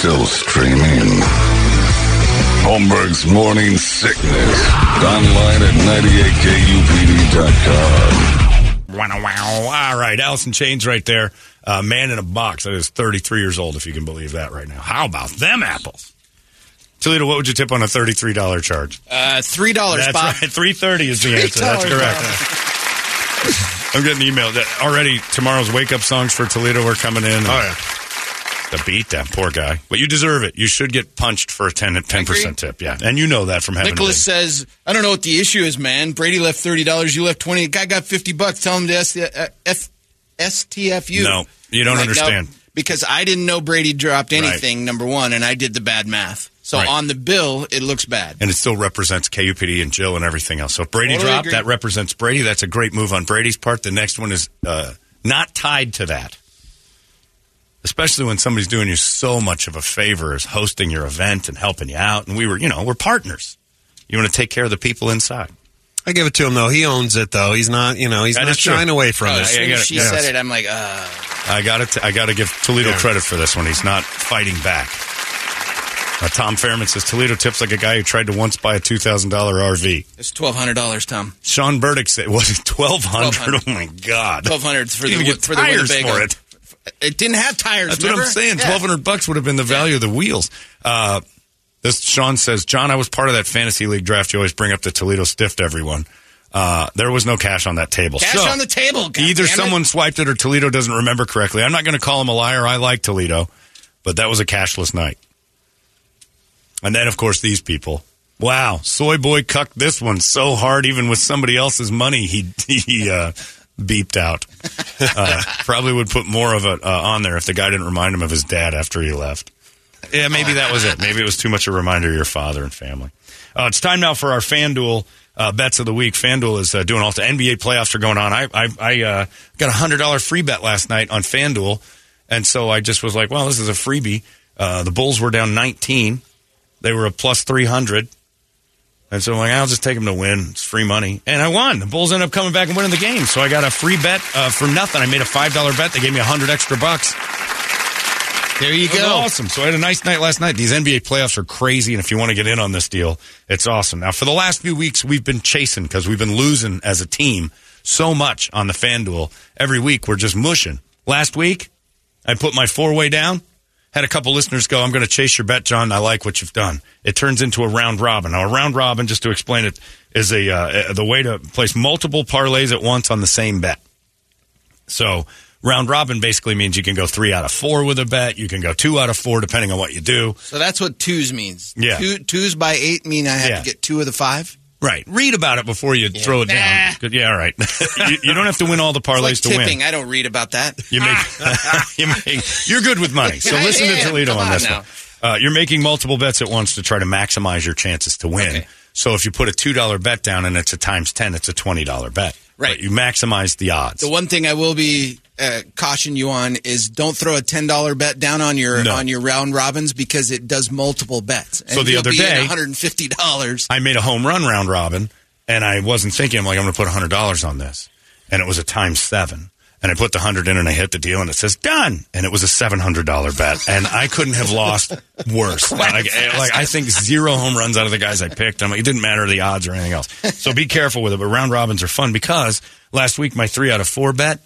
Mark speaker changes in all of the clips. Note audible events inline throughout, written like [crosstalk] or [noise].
Speaker 1: Still streaming. Holmberg's Morning Sickness. Online at 98kupd.com.
Speaker 2: Wow, wow. All right, Allison Chains right there. Uh, man in a box. That is 33 years old, if you can believe that right now. How about them apples? Toledo, what would you tip on a $33 charge?
Speaker 3: Uh, three dollars,
Speaker 2: That's
Speaker 3: Bob.
Speaker 2: right. 330 is the answer. That's
Speaker 3: $3.
Speaker 2: correct. I'm getting emailed. that Already, tomorrow's wake up songs for Toledo are coming in. Oh, yeah. The beat, that poor guy. But you deserve it. You should get punched for a 10, 10% tip. Yeah. And you know that from having
Speaker 3: Nicholas
Speaker 2: been.
Speaker 3: says, "I don't know what the issue is, man. Brady left thirty dollars. You left twenty. The guy got fifty bucks. Tell him to S- uh, F- STFU."
Speaker 2: No, you don't
Speaker 3: I'm "No,
Speaker 2: understand."
Speaker 3: because I didn't know Brady dropped
Speaker 2: Right.
Speaker 3: anything. Number one, and I did the bad math. So
Speaker 2: Right.
Speaker 3: on the bill, it looks bad.
Speaker 2: and it still represents KUPD and Jill and everything else. So if Brady
Speaker 3: Totally
Speaker 2: dropped,
Speaker 3: agree.
Speaker 2: that represents Brady. That's a great move on Brady's part. The next one is uh, not tied to that, especially when somebody's doing you so much of a favor as hosting your event and helping you out. And we were, you know, we're partners. You want to take care of the people inside.
Speaker 4: I give it to him though. He owns it though. He's not, you know, he's
Speaker 2: That
Speaker 4: not
Speaker 2: is true.
Speaker 4: shying away from
Speaker 3: Oh,
Speaker 4: it.
Speaker 3: as soon
Speaker 2: I
Speaker 3: as
Speaker 2: gotta-
Speaker 3: she
Speaker 2: yes.
Speaker 3: said it, I'm like, uh,
Speaker 2: I got to I got to give Toledo credit for this one. He's not fighting back. Uh, Tom Fairman says Toledo tips like a guy who tried to once buy a two thousand dollar RV.
Speaker 3: it's twelve hundred dollars, Tom.
Speaker 2: Sean Burdick said, "Was it twelve hundred?
Speaker 3: 1,200.
Speaker 2: Oh my god,
Speaker 3: Twelve
Speaker 2: [laughs]
Speaker 3: hundred for the
Speaker 2: Even
Speaker 3: wi-
Speaker 2: get
Speaker 3: for the
Speaker 2: tires
Speaker 3: Winnebago.
Speaker 2: for it.
Speaker 3: It didn't have tires.
Speaker 2: That's what I'm
Speaker 3: remember?
Speaker 2: saying.
Speaker 3: Yeah.
Speaker 2: Twelve hundred bucks would have been the value of the wheels. Uh, this Sean says, John, I was part of that fantasy league draft. You always bring up the Toledo stiff to everyone. Uh, there was no cash on that table.
Speaker 3: Cash
Speaker 2: So,
Speaker 3: on the table. God
Speaker 2: Either
Speaker 3: damn it.
Speaker 2: someone swiped it or Toledo doesn't remember correctly. I'm not going to call him a liar. I like Toledo, but that was a cashless night. And then, of course, these people. Wow, soy boy cucked this one so hard, even with somebody else's money, he he uh, beeped out. Uh, probably would put more of it uh, on there if the guy didn't remind him of his dad after he left. Yeah, maybe that was it. Maybe it was too much a reminder of your father and family. Uh, it's time now for our FanDuel uh, bets of the week. FanDuel is uh, doing all the NBA playoffs are going on. I I, I uh, got a hundred dollar free bet last night on FanDuel, and so I just was like, well, this is a freebie. Uh, the Bulls were down nineteen. They were a plus three hundred. And so I'm like, I'll just take them to win. It's free money. And I won. The Bulls ended up coming back and winning the game. So I got a free bet uh, for nothing. I made a $5 bet. They gave me 100 extra bucks.
Speaker 3: There you
Speaker 2: It was
Speaker 3: go.
Speaker 2: awesome. So I had a nice night last night. These NBA playoffs are crazy, and if you want to get in on this deal, it's awesome. Now, for the last few weeks, we've been chasing because we've been losing as a team so much on the FanDuel. Every week, we're just mushing. Last week, I put my four way down. Had a couple listeners go, I'm going to chase your bet, John. I like what you've done. It turns into a round robin. Now, a round robin, just to explain it, is a uh, the way to place multiple parlays at once on the same bet. So round robin basically means you can go three out of four with a bet. You can go two out of four depending on what you do.
Speaker 3: So that's what twos means.
Speaker 2: Yeah.
Speaker 3: Two, twos by eight mean I have
Speaker 2: Yeah.
Speaker 3: to get two of the five.
Speaker 2: Right. Read about it before you throw it down.
Speaker 3: Nah.
Speaker 2: Good- Yeah, all right. [laughs] you, you don't have to win all the
Speaker 3: It's
Speaker 2: parlays
Speaker 3: like
Speaker 2: to
Speaker 3: tipping.
Speaker 2: win.
Speaker 3: I don't read about that.
Speaker 2: [laughs] You
Speaker 3: [laughs]
Speaker 2: make, you make, you're good with money. So
Speaker 3: I
Speaker 2: listen to
Speaker 3: am.
Speaker 2: Toledo
Speaker 3: Come
Speaker 2: on
Speaker 3: on
Speaker 2: this
Speaker 3: now.
Speaker 2: one. Uh, you're making multiple bets at once to try to maximize your chances to win.
Speaker 3: Okay.
Speaker 2: So if you put a $2 bet down and it's a times 10, it's a $20 bet.
Speaker 3: Right.
Speaker 2: But you maximize the odds.
Speaker 3: The one thing I will be uh, caution you on is don't throw a ten dollar bet down on your
Speaker 2: No.
Speaker 3: on your round robins because it does multiple bets. And
Speaker 2: So the
Speaker 3: you'll
Speaker 2: other
Speaker 3: be
Speaker 2: day-
Speaker 3: one hundred and fifty dollars.
Speaker 2: I made a home run round robin, and I wasn't thinking. I'm like, I'm going to put hundred dollars on this, and it was a times seven. And I put the hundred in, and I hit the deal, and it says done. And it was a seven hundred dollar bet, and I couldn't have lost worse. Like, I- like, I think zero home runs out of the guys I picked. I'm like, it didn't matter the odds or anything else. So be careful with it. But round robins are fun because last week my three out of four bet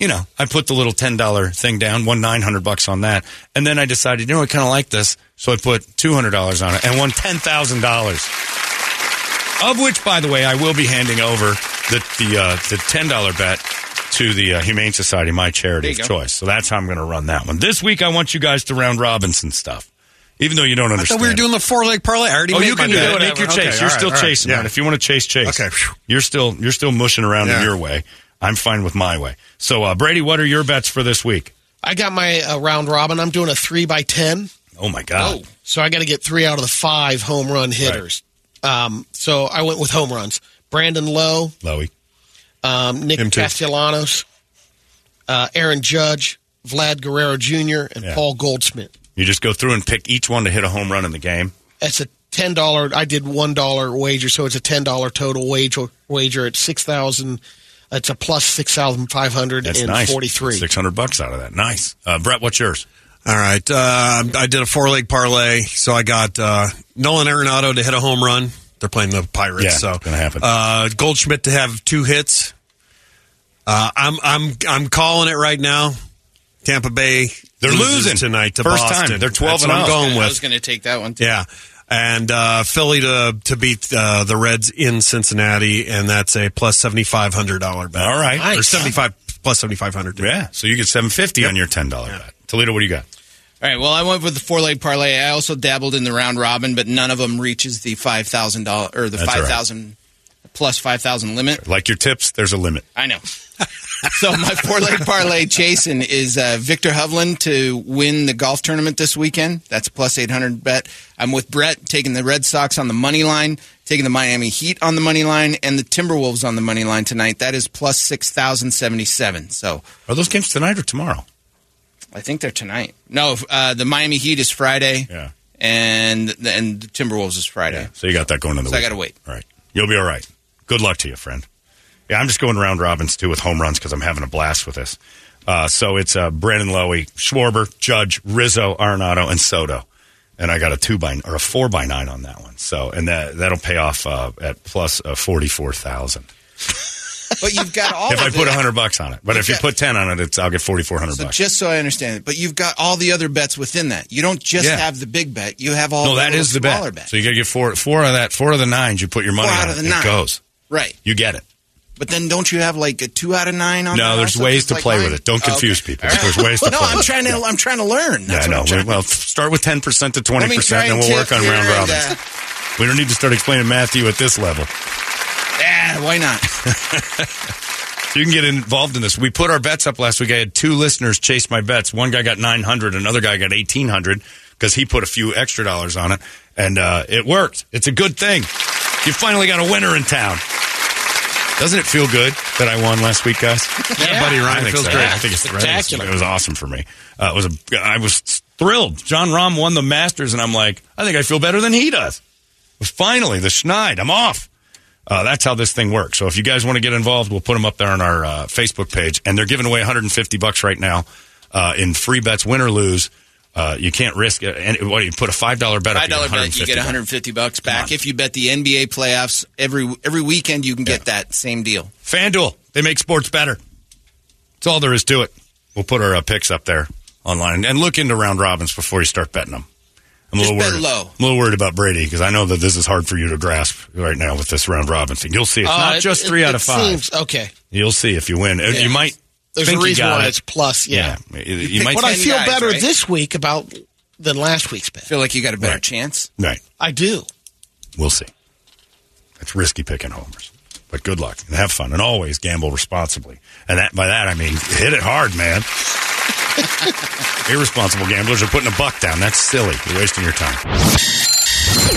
Speaker 2: you know, I put the little ten dollar thing down, won nine hundred bucks on that, and then I decided, you know, I kind of like this, so I put two hundred dollars on it and won ten thousand dollars. Of which, by the way, I will be handing over the the uh, the ten dollar bet to the uh, Humane Society, my charity
Speaker 3: There
Speaker 2: of
Speaker 3: you go.
Speaker 2: choice. So that's how I'm going to run that one. This week, I want you guys to round Robinson stuff, even though you don't
Speaker 4: I
Speaker 2: understand.
Speaker 4: thought we were
Speaker 2: it.
Speaker 4: doing the four leg parlay. I already
Speaker 2: Oh,
Speaker 4: made
Speaker 2: you
Speaker 4: my
Speaker 2: can do
Speaker 4: bet.
Speaker 2: it. Make your
Speaker 4: Okay,
Speaker 2: chase.
Speaker 4: all
Speaker 2: You're
Speaker 4: right,
Speaker 2: still
Speaker 4: all right.
Speaker 2: chasing,
Speaker 4: Yeah.
Speaker 2: man. If you want to chase, chase.
Speaker 4: Okay.
Speaker 2: You're still you're still mushing around in
Speaker 4: Yeah.
Speaker 2: your way. I'm fine with my way. So, uh, Brady, what are your bets for this week?
Speaker 5: I got my uh, round robin. I'm doing a three by ten,
Speaker 2: Oh my God!
Speaker 5: so I got to get three out of the five home run hitters. Um, so I went with home runs: Brandon Lowe,
Speaker 2: Lowy.
Speaker 5: um, Nick
Speaker 4: Him too.
Speaker 5: Castellanos, uh, Aaron Judge, Vlad Guerrero Jr., and
Speaker 2: Yeah.
Speaker 5: Paul Goldsmith.
Speaker 2: You just go through and pick each one to hit a home run in the game.
Speaker 5: That's a ten dollar. I did one dollar wager, so it's a ten dollar total wager. Wager at six thousand. It's a plus six thousand five hundred
Speaker 2: That's
Speaker 5: and
Speaker 2: nice.
Speaker 5: forty three.
Speaker 2: Six hundred bucks out of that. Nice, uh, Brett. What's yours?
Speaker 4: All right. Uh, I did a four leg parlay. So I got uh, Nolan Arenado to hit a home run. They're playing the Pirates.
Speaker 2: Yeah,
Speaker 4: so
Speaker 2: it's gonna happen.
Speaker 4: Uh, Goldschmidt to have two hits. Uh, I'm I'm I'm calling it right now. Tampa Bay.
Speaker 2: They're
Speaker 4: loses
Speaker 2: losing.
Speaker 4: tonight to
Speaker 2: First
Speaker 4: Boston.
Speaker 2: time. They're 12
Speaker 4: That's what
Speaker 2: and
Speaker 4: I'm
Speaker 2: oh.
Speaker 4: going
Speaker 3: I
Speaker 4: with.
Speaker 3: was going to take that one. Too.
Speaker 4: Yeah. And uh, Philly to to beat uh, the Reds in Cincinnati, and that's a plus seventy five hundred dollar bet.
Speaker 2: All right.
Speaker 4: or
Speaker 2: Nice.
Speaker 4: seventy five plus seventy five hundred.
Speaker 2: Yeah. So you get seven fifty on your ten dollar bet. Toledo, what do you got?
Speaker 3: All right. Well, I went with the four leg parlay. I also dabbled in the round robin, but none of them reaches the five thousand dollar or the
Speaker 2: That's all right.
Speaker 3: five thousand plus five thousand limit.
Speaker 2: Like your tips, there's a limit.
Speaker 3: I know. so my four leg parlay chasing is uh, Victor Hovland to win the golf tournament this weekend. That's a plus eight hundred bet. I'm with Brett taking the Red Sox on the money line, taking the Miami Heat on the money line, and the Timberwolves on the money line tonight. That is plus six thousand seventy seven. So
Speaker 2: Are those games tonight or tomorrow?
Speaker 3: I think they're tonight. No, uh, the Miami Heat is Friday.
Speaker 2: Yeah.
Speaker 3: And and the Timberwolves is Friday.
Speaker 2: So you got that going in the
Speaker 3: So I
Speaker 2: weekend.
Speaker 3: gotta wait.
Speaker 2: All right. You'll be all right. Good luck to you, friend. Yeah, I'm just going round robins too with home runs because I'm having a blast with this. Uh, so it's uh, Brandon Lowy, Schwarber, Judge, Rizzo, Arenado, and Soto. And I got a two by or a four by nine on that one. So and that that'll pay off uh, at plus uh, forty four thousand.
Speaker 3: But you've got all
Speaker 2: If
Speaker 3: of
Speaker 2: I put
Speaker 3: Oh, it.
Speaker 2: hundred bucks on it, but if you
Speaker 3: Okay.
Speaker 2: put ten on it, it's, I'll get forty four hundred
Speaker 3: So
Speaker 2: bucks.
Speaker 3: just so I understand it, but you've got all the other bets within that. You don't just
Speaker 2: Yeah.
Speaker 3: have the big bet. You have all
Speaker 2: no,
Speaker 3: the
Speaker 2: that
Speaker 3: little
Speaker 2: is the
Speaker 3: oh, smaller
Speaker 2: bet.
Speaker 3: bets.
Speaker 2: So you got to get four four of that four of the nines. You put your money
Speaker 3: Four
Speaker 2: on
Speaker 3: out
Speaker 2: it.
Speaker 3: of the
Speaker 2: it
Speaker 3: nine.
Speaker 2: goes.
Speaker 3: right.
Speaker 2: You get it.
Speaker 3: But then don't you have like a two out of nine on
Speaker 2: No,
Speaker 3: that
Speaker 2: there's
Speaker 3: also?
Speaker 2: ways
Speaker 3: Just
Speaker 2: to
Speaker 3: like
Speaker 2: play
Speaker 3: mine?
Speaker 2: with it. Don't
Speaker 3: Oh, okay.
Speaker 2: confuse people.
Speaker 3: All right.
Speaker 2: There's ways to
Speaker 3: no,
Speaker 2: play
Speaker 3: I'm
Speaker 2: with it.
Speaker 3: trying to.
Speaker 2: Yeah.
Speaker 3: I'm trying to learn.
Speaker 2: Yeah, I
Speaker 3: That's what
Speaker 2: know.
Speaker 3: I'm trying
Speaker 2: We- Well, f- start with 10% to 20%,
Speaker 3: try
Speaker 2: and
Speaker 3: and
Speaker 2: we'll work
Speaker 3: tip
Speaker 2: on
Speaker 3: here
Speaker 2: round
Speaker 3: and,
Speaker 2: robins.
Speaker 3: uh,
Speaker 2: We don't need to start explaining math to you at this level.
Speaker 3: Yeah, why not?
Speaker 2: You can get involved in this. We put our bets up last week. I had two listeners chase my bets. One guy got 900, another guy got 1800 because he put a few extra dollars on it, and uh, it worked. It's a good thing. You finally got a winner in town. Doesn't it feel good that I won last week, guys?
Speaker 4: Yeah, buddy Ryan
Speaker 2: I think
Speaker 4: feels
Speaker 2: so.
Speaker 4: great.
Speaker 2: I think it's
Speaker 5: Spectacular.
Speaker 2: It was awesome for me. Uh, it was a, I was thrilled. John Rahm won the Masters, and I'm like, I think I feel better than he does. Finally, the Schneid. I'm off. Uh, that's how this thing works. So if you guys want to get involved, we'll put them up there on our uh, Facebook page, and they're giving away 150 bucks right now uh, in free bets, win or lose. Uh, you can't risk it. And what do you put a five dollar bet? up,
Speaker 3: Five
Speaker 2: you get
Speaker 3: dollar bet, you get
Speaker 2: 150
Speaker 3: 150 bucks
Speaker 2: on.
Speaker 3: back. If you bet the NBA playoffs every every weekend, you can get that same deal.
Speaker 2: FanDuel, they make sports better. That's all there is to it. We'll put our uh, picks up there online and look into round robins before you start betting them. I'm a
Speaker 3: Just
Speaker 2: little
Speaker 3: bet
Speaker 2: worried.
Speaker 3: low.
Speaker 2: I'm a little worried about Brady because I know that this is hard for you to grasp right now with this round robin thing. You'll see. It's
Speaker 5: Uh,
Speaker 2: not
Speaker 5: it-
Speaker 2: just three
Speaker 5: it-
Speaker 2: out
Speaker 5: it
Speaker 2: of five.
Speaker 5: seems- okay,
Speaker 2: You'll see if you win. Uh,
Speaker 3: Yeah.
Speaker 2: You might.
Speaker 5: there's
Speaker 2: think
Speaker 5: a
Speaker 2: you
Speaker 5: reason
Speaker 2: got
Speaker 5: why
Speaker 2: it.
Speaker 5: it's plus. Yeah,
Speaker 2: You, you might.
Speaker 5: but I
Speaker 3: Ten
Speaker 5: feel
Speaker 3: guys,
Speaker 5: better
Speaker 3: right?
Speaker 5: this week about than last week's bet.
Speaker 3: Feel like you got a better
Speaker 2: Right.
Speaker 3: chance.
Speaker 2: right.
Speaker 5: I do.
Speaker 2: We'll see. It's risky picking homers, but good luck and have fun and always gamble responsibly. And that by that I mean hit it hard, man. Irresponsible gamblers are putting a buck down. That's silly. You're wasting your time.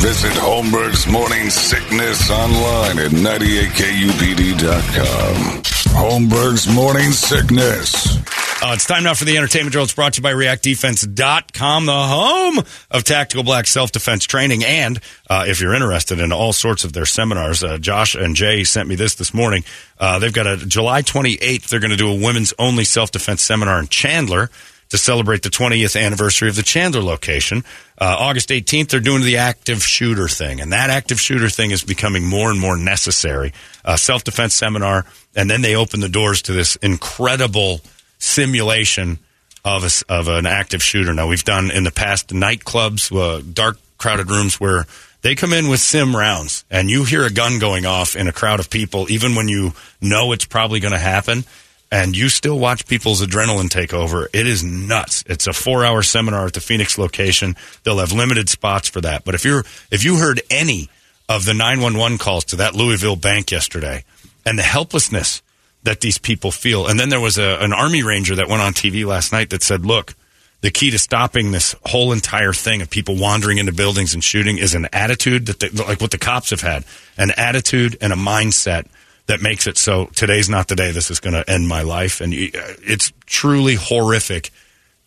Speaker 1: Visit Holmberg's Morning Sickness online at 98kupd.com. Holmberg's Morning Sickness.
Speaker 2: Uh, it's time now for the entertainment drill. It's brought to you by ReactDefense.com, the home of tactical black self defense training. And uh, if you're interested in all sorts of their seminars, uh, Josh and Jay sent me this this morning. Uh, they've got a July 28th, they're going to do a women's only self defense seminar in Chandler to celebrate the 20th anniversary of the Chandler location. Uh, August 18th, they're doing the active shooter thing, and that active shooter thing is becoming more and more necessary. Uh, Self defense seminar, and then they open the doors to this incredible simulation of a s of an active shooter. Now we've done in the past nightclubs, uh, dark, crowded rooms where they come in with sim rounds, and you hear a gun going off in a crowd of people, even when you know it's probably going to happen and you still watch people's adrenaline take over. It is nuts. It's a four hour seminar at the Phoenix location. They'll have limited spots for that. But if you're if you heard any of the nine one one calls to that Louisville bank yesterday and the helplessness that these people feel, and then there was a, an Army Ranger that went on TV last night that said, "Look." The key to stopping this whole entire thing of people wandering into buildings and shooting is an attitude that, they, like what the cops have had, an attitude and a mindset that makes it so today's not the day this is going to end my life and you, uh, it's truly horrific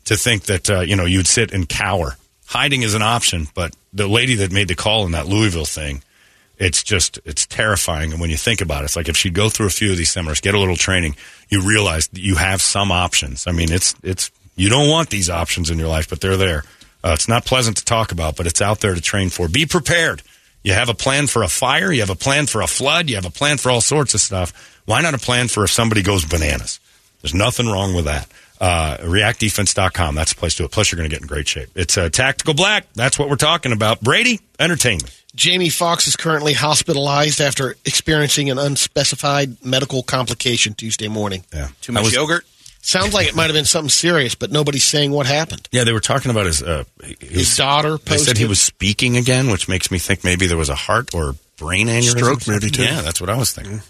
Speaker 2: to think that uh, you know you'd sit and cower hiding is an option but the lady that made the call in that louisville thing it's just it's terrifying and when you think about it it's like if she'd go through a few of these seminars get a little training you realize that you have some options i mean it's it's you don't want these options in your life but they're there uh, it's not pleasant to talk about but it's out there to train for be prepared you have a plan for a fire. You have a plan for a flood. You have a plan for all sorts of stuff. Why not a plan for if somebody goes bananas? There's nothing wrong with that. Uh, ReactDefense.com. That's the place to do it. Plus, you're going to get in great shape. It's uh, Tactical Black. That's what we're talking about. Brady, entertainment.
Speaker 5: Jamie Foxx is currently hospitalized after experiencing an unspecified medical complication Tuesday morning.
Speaker 2: Yeah.
Speaker 3: Too much
Speaker 2: I was-
Speaker 3: yogurt.
Speaker 5: Sounds like it might have been something serious, but nobody's saying what happened.
Speaker 2: Yeah, they were talking about his. Uh, his
Speaker 5: His daughter
Speaker 2: They said
Speaker 5: posted-
Speaker 2: he was speaking again, which makes me think maybe there was a heart or brain aneurysm.
Speaker 4: Stroke maybe, too.
Speaker 2: Yeah, that's what I was thinking.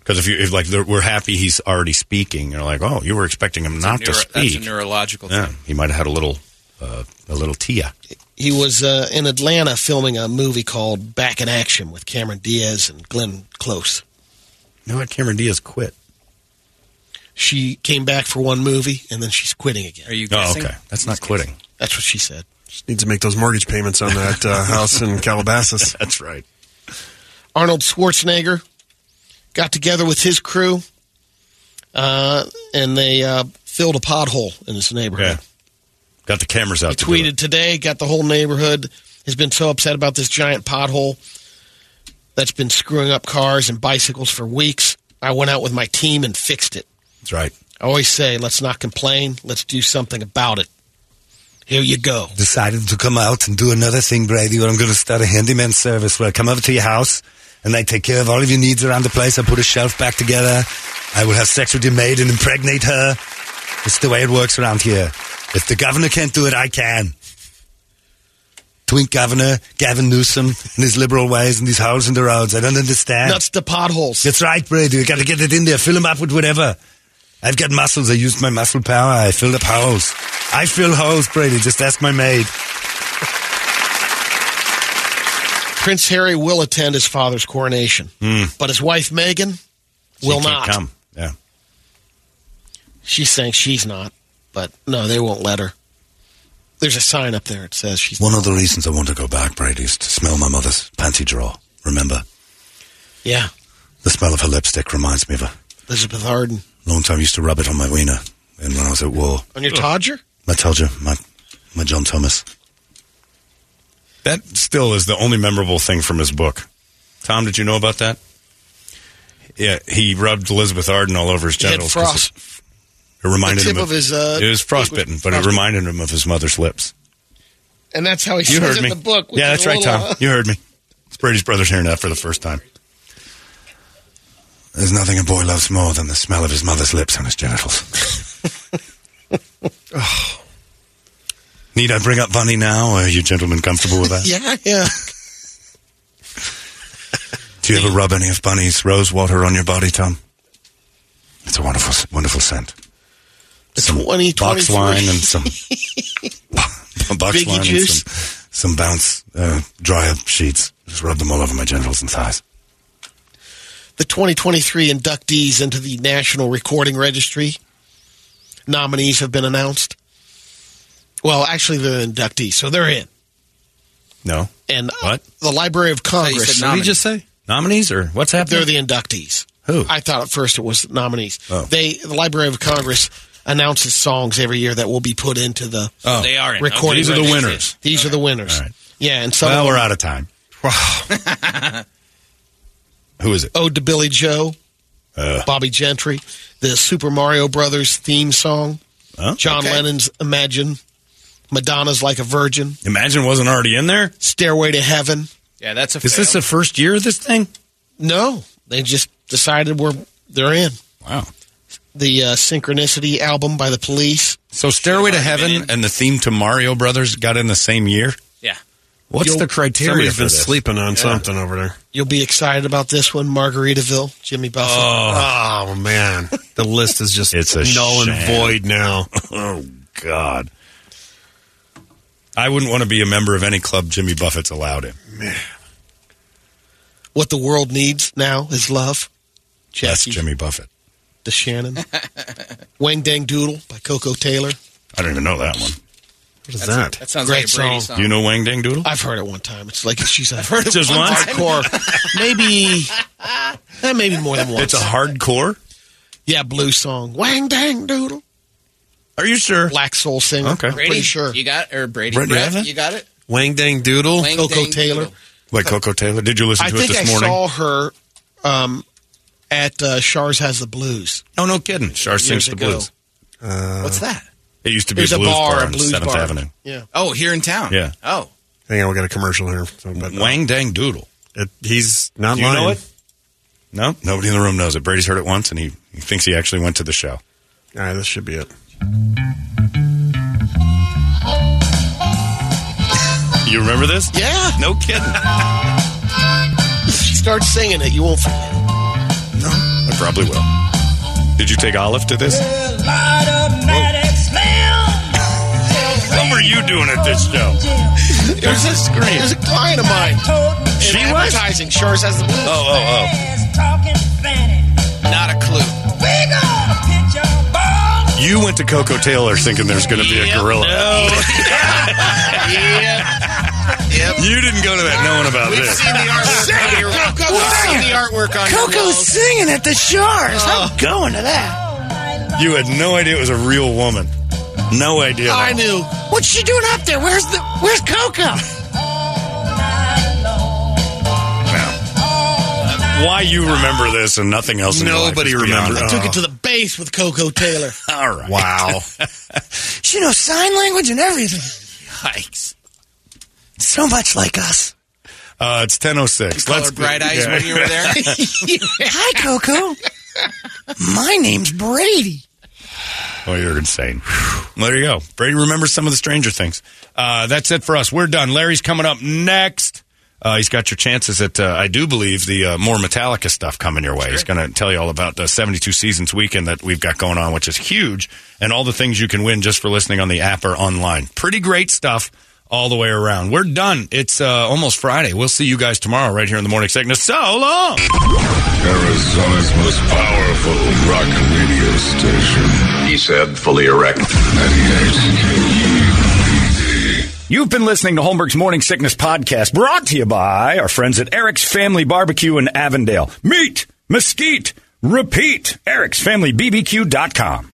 Speaker 2: Because if you if like they're- we're happy he's already speaking, you're like, oh, you were expecting him not to
Speaker 3: Neuro- that's
Speaker 2: speak.
Speaker 3: a neurological
Speaker 2: Yeah,
Speaker 3: thing.
Speaker 2: he might have had a little, uh, a little tia.
Speaker 5: He was uh, in Atlanta filming a movie called Back in Action with Cameron Diaz and Glenn Close.
Speaker 2: No, Cameron Diaz quit.
Speaker 5: She came back for one movie and then she's quitting again.
Speaker 3: Are you
Speaker 2: Oh,
Speaker 3: guessing?
Speaker 2: okay, that's not quitting.
Speaker 5: That's what she said.
Speaker 4: Just need to make those mortgage payments on
Speaker 2: [laughs]
Speaker 4: that uh, house in Calabasas.
Speaker 2: That's right.
Speaker 5: Arnold Schwarzenegger got together with his crew, uh, and they uh, filled a pothole in his neighborhood.
Speaker 2: Yeah, got the cameras out.
Speaker 5: He
Speaker 2: to do
Speaker 5: tweeted today, got the whole neighborhood has been so upset about this giant pothole that's been screwing up cars and bicycles for weeks. I went out with my team and fixed it.
Speaker 2: it. That's right.
Speaker 5: I always say, let's not complain, let's do something about it. Here you go.
Speaker 6: decided to come out and do another thing, Brady, where I'm going to start a handyman service where I come over to your house and I take care of all of your needs around the place. I put a shelf back together. I will have sex with your maid and impregnate her. It's the way it works around here. If the governor can't do it, I can. Twink governor, Gavin Newsom, and his liberal ways and these holes in the roads. I don't understand.
Speaker 5: Nuts to potholes.
Speaker 6: That's right, Brady. You got to get it in there. Fill them up with whatever. I've got muscles. I used my muscle power. I filled up holes. I fill holes, Brady. Just ask my maid.
Speaker 5: Prince Harry will attend his father's coronation, but his wife, Meghan, will
Speaker 2: He Hmm. can't
Speaker 5: not.
Speaker 2: come. Yeah,
Speaker 5: She's saying she's not, but no, they won't let her. There's a sign up there. It says she's.
Speaker 6: One of the reasons I want to go back, Brady, is to smell my mother's panty drawer. Remember?
Speaker 5: Yeah,
Speaker 6: The smell of her lipstick reminds me of her.
Speaker 5: Elizabeth Arden
Speaker 6: Long time used to rub it on my wiener. And when I was at war,
Speaker 5: on your Todger.
Speaker 6: I told you, my, my John Thomas.
Speaker 2: that still is the only memorable thing from his book. Tom, did you know about that? Yeah, he rubbed Elizabeth Arden all over his
Speaker 5: He had
Speaker 2: genitals. 'cause
Speaker 5: frost.
Speaker 2: It, it reminded
Speaker 5: The tip
Speaker 2: him
Speaker 5: of his, uh,
Speaker 2: it was frostbitten, but it reminded him of his mother's lips.
Speaker 5: And that's how he
Speaker 2: You
Speaker 5: says
Speaker 2: heard
Speaker 5: it
Speaker 2: me.
Speaker 5: in the book. which
Speaker 2: Yeah,
Speaker 5: is
Speaker 2: that's
Speaker 5: a
Speaker 2: right,
Speaker 5: little, uh,
Speaker 2: Tom. You heard me. It's Brady's brother's hearing that for the first time.
Speaker 6: There's nothing a boy loves more than the smell of his mother's lips on his
Speaker 2: [laughs]
Speaker 6: genitals. [sighs] Need I bring up Bunny now? Or are you gentlemen comfortable with that?
Speaker 5: [laughs] Yeah,
Speaker 2: [laughs]
Speaker 5: yeah.
Speaker 6: Do you ever rub any of Bunny's rose water on your body, Tom? It's a wonderful, wonderful scent.
Speaker 5: The 20,
Speaker 6: box
Speaker 5: 23.
Speaker 6: wine and
Speaker 5: [laughs]
Speaker 6: some [laughs] box
Speaker 5: Biggie
Speaker 6: wine
Speaker 5: juice.
Speaker 6: and some, some bounce uh, dry up sheets. Just rub them all over my genitals and thighs.
Speaker 5: The 2023 inductees into the National Recording Registry nominees have been announced. Well, actually, they're inductees, so they're in.
Speaker 2: No
Speaker 5: And uh,
Speaker 2: What?
Speaker 5: the Library of
Speaker 3: you said
Speaker 5: Congress.
Speaker 3: nom- Nominee.
Speaker 2: say nominees or what's happening?
Speaker 5: They're the inductees.
Speaker 2: Who? Oh.
Speaker 5: I thought at first it was nominees. They, the Library of Congress, announces songs every year that will be put into the
Speaker 2: oh.
Speaker 3: They are in.
Speaker 5: recording.
Speaker 2: These are the
Speaker 5: registry.
Speaker 2: winners.
Speaker 5: These are the winners.
Speaker 2: All right.
Speaker 5: Yeah, and some
Speaker 2: Well,
Speaker 5: of
Speaker 2: we're
Speaker 5: them,
Speaker 2: out of time. [laughs] Who is it?
Speaker 5: Ode to Billy Joe,
Speaker 2: uh.
Speaker 5: Bobby Gentry, the Super Mario Brothers theme song,
Speaker 2: Huh?
Speaker 5: John
Speaker 3: Okay.
Speaker 5: Lennon's Imagine, Madonna's Like a Virgin,
Speaker 2: Imagine wasn't already in there.
Speaker 5: Stairway to Heaven.
Speaker 3: Yeah, that's a.
Speaker 2: Is this
Speaker 3: fail.
Speaker 2: the first year of this thing?
Speaker 5: No, they just decided we're they're in.
Speaker 2: Wow.
Speaker 5: the uh, Synchronicity album by the Police.
Speaker 2: So Stairway to Heaven and the theme to Mario Brothers got in the same year.
Speaker 3: Yeah.
Speaker 2: What's
Speaker 4: You'll-
Speaker 2: the criteria?
Speaker 4: Somebody's
Speaker 2: For
Speaker 4: been
Speaker 2: this?
Speaker 4: sleeping on something over there.
Speaker 5: You'll be excited about this one, Margaritaville, Jimmy Buffett.
Speaker 4: Oh, man, the list is just
Speaker 2: It's a
Speaker 4: null and
Speaker 2: sham.
Speaker 4: void now.
Speaker 2: Oh God. I wouldn't want to be a member of any club Jimmy Buffett's allowed in.
Speaker 5: What the world needs now is love.
Speaker 2: That's
Speaker 5: Jackie
Speaker 2: Jimmy Buffett.
Speaker 5: the Shannon. Wang Dang Doodle by Coco Taylor.
Speaker 2: I don't even know that one.
Speaker 4: What is that?
Speaker 2: [laughs]
Speaker 3: That sounds
Speaker 5: Great
Speaker 3: like a Brady
Speaker 5: song.
Speaker 3: song.
Speaker 2: Do you know Wang Dang Doodle?
Speaker 5: I've heard it one time. It's like she's I've [laughs] heard it
Speaker 2: Just once?
Speaker 5: Hardcore. maybe eh, maybe more than once.
Speaker 2: It's a hardcore.
Speaker 5: yeah, blues song. Wang Dang Doodle.
Speaker 2: Are you sure?
Speaker 5: Black Soul singer.
Speaker 2: Okay.
Speaker 5: I'm
Speaker 3: Brady,
Speaker 5: pretty sure.
Speaker 3: You got or Brady?
Speaker 2: Brady
Speaker 3: Brett,
Speaker 2: Evan?
Speaker 3: you got it.
Speaker 4: Wang Dang Doodle.
Speaker 3: Wang
Speaker 5: Coco
Speaker 3: Dang
Speaker 5: Taylor.
Speaker 3: Doodle.
Speaker 2: Like Coco Taylor. Did you listen
Speaker 5: I
Speaker 2: to it
Speaker 5: think
Speaker 2: this
Speaker 5: I
Speaker 2: morning?
Speaker 5: saw her um, at uh, Shars Has the Blues.
Speaker 2: Oh no, kidding. Char sings the
Speaker 5: ago.
Speaker 2: blues.
Speaker 3: What's
Speaker 2: Oh.
Speaker 3: that?
Speaker 2: It used to be
Speaker 5: There's
Speaker 2: a
Speaker 5: a
Speaker 2: blues
Speaker 5: bar, a
Speaker 2: on
Speaker 5: blues
Speaker 2: Seventh
Speaker 5: bar.
Speaker 2: Avenue.
Speaker 5: Yeah.
Speaker 3: Oh, here in town.
Speaker 2: Yeah.
Speaker 3: Oh,
Speaker 4: Hang on, we got a commercial here. So, but, uh,
Speaker 2: Wang Dang Doodle.
Speaker 4: it- he's not
Speaker 2: Do you
Speaker 4: lying.
Speaker 2: know it? No, nobody in the room knows it. Brady's heard it once, and he, he thinks he actually went to the show.
Speaker 4: All right, this should be it.
Speaker 2: You remember this?
Speaker 5: Yeah.
Speaker 2: No kidding.
Speaker 5: If she starts singing it, you won't forget.
Speaker 2: No, I probably will. Did you take Olive to this? What were you doing at this show?
Speaker 5: There's this great. There's a client of mine.
Speaker 2: She
Speaker 5: in
Speaker 2: was?
Speaker 5: advertising. Shars Has the Blues.
Speaker 2: Oh, oh, oh.
Speaker 3: not a clue.
Speaker 2: You went to Coco Taylor thinking there's going to be a gorilla. [laughs] You didn't go to that knowing about this.
Speaker 3: See the artwork on your We've seen the artwork on your walls.
Speaker 7: singing at the shores. I'm going to that.
Speaker 2: You had no idea it was a real woman. No idea.
Speaker 5: I knew.
Speaker 7: What's she doing up there? Where's the Where's Coco?
Speaker 2: Why you remember this and nothing else? in your life
Speaker 4: Nobody
Speaker 2: is beyond
Speaker 4: remembered.
Speaker 2: me.
Speaker 5: I took it to the base with Coco Taylor.
Speaker 2: All right. Wow. [laughs]
Speaker 7: She knows sign language and everything.
Speaker 3: Yikes.
Speaker 7: So much like us.
Speaker 2: Uh, it's ten oh six.
Speaker 3: Colored bright eyes
Speaker 2: yeah.
Speaker 3: when you were
Speaker 2: [laughs]
Speaker 3: there.
Speaker 7: Hi, Coco. My name's Brady.
Speaker 2: Oh, you're insane. Well, there you go. Brady remembers some of the Stranger Things. Uh, that's it for us. We're done. Larry's coming up next. Uh, he's got your chances at, uh, I do believe, the uh, more Metallica stuff coming your way. He's going to tell you all about the 72 Seasons weekend that we've got going on, which is huge, and all the things you can win just for listening on the app or online. Pretty great stuff all the way around. We're done. It's uh, almost Friday. We'll see you guys tomorrow right here in the morning sickness. So long.
Speaker 1: Arizona's most powerful rock radio station. He said, fully erect. 98 KUPD.
Speaker 8: You've been listening to Holmberg's Morning Sickness Podcast, brought to you by our friends at Eric's Family Barbecue in Avondale. Meet, mesquite, repeat, ericsfamilybbq.com.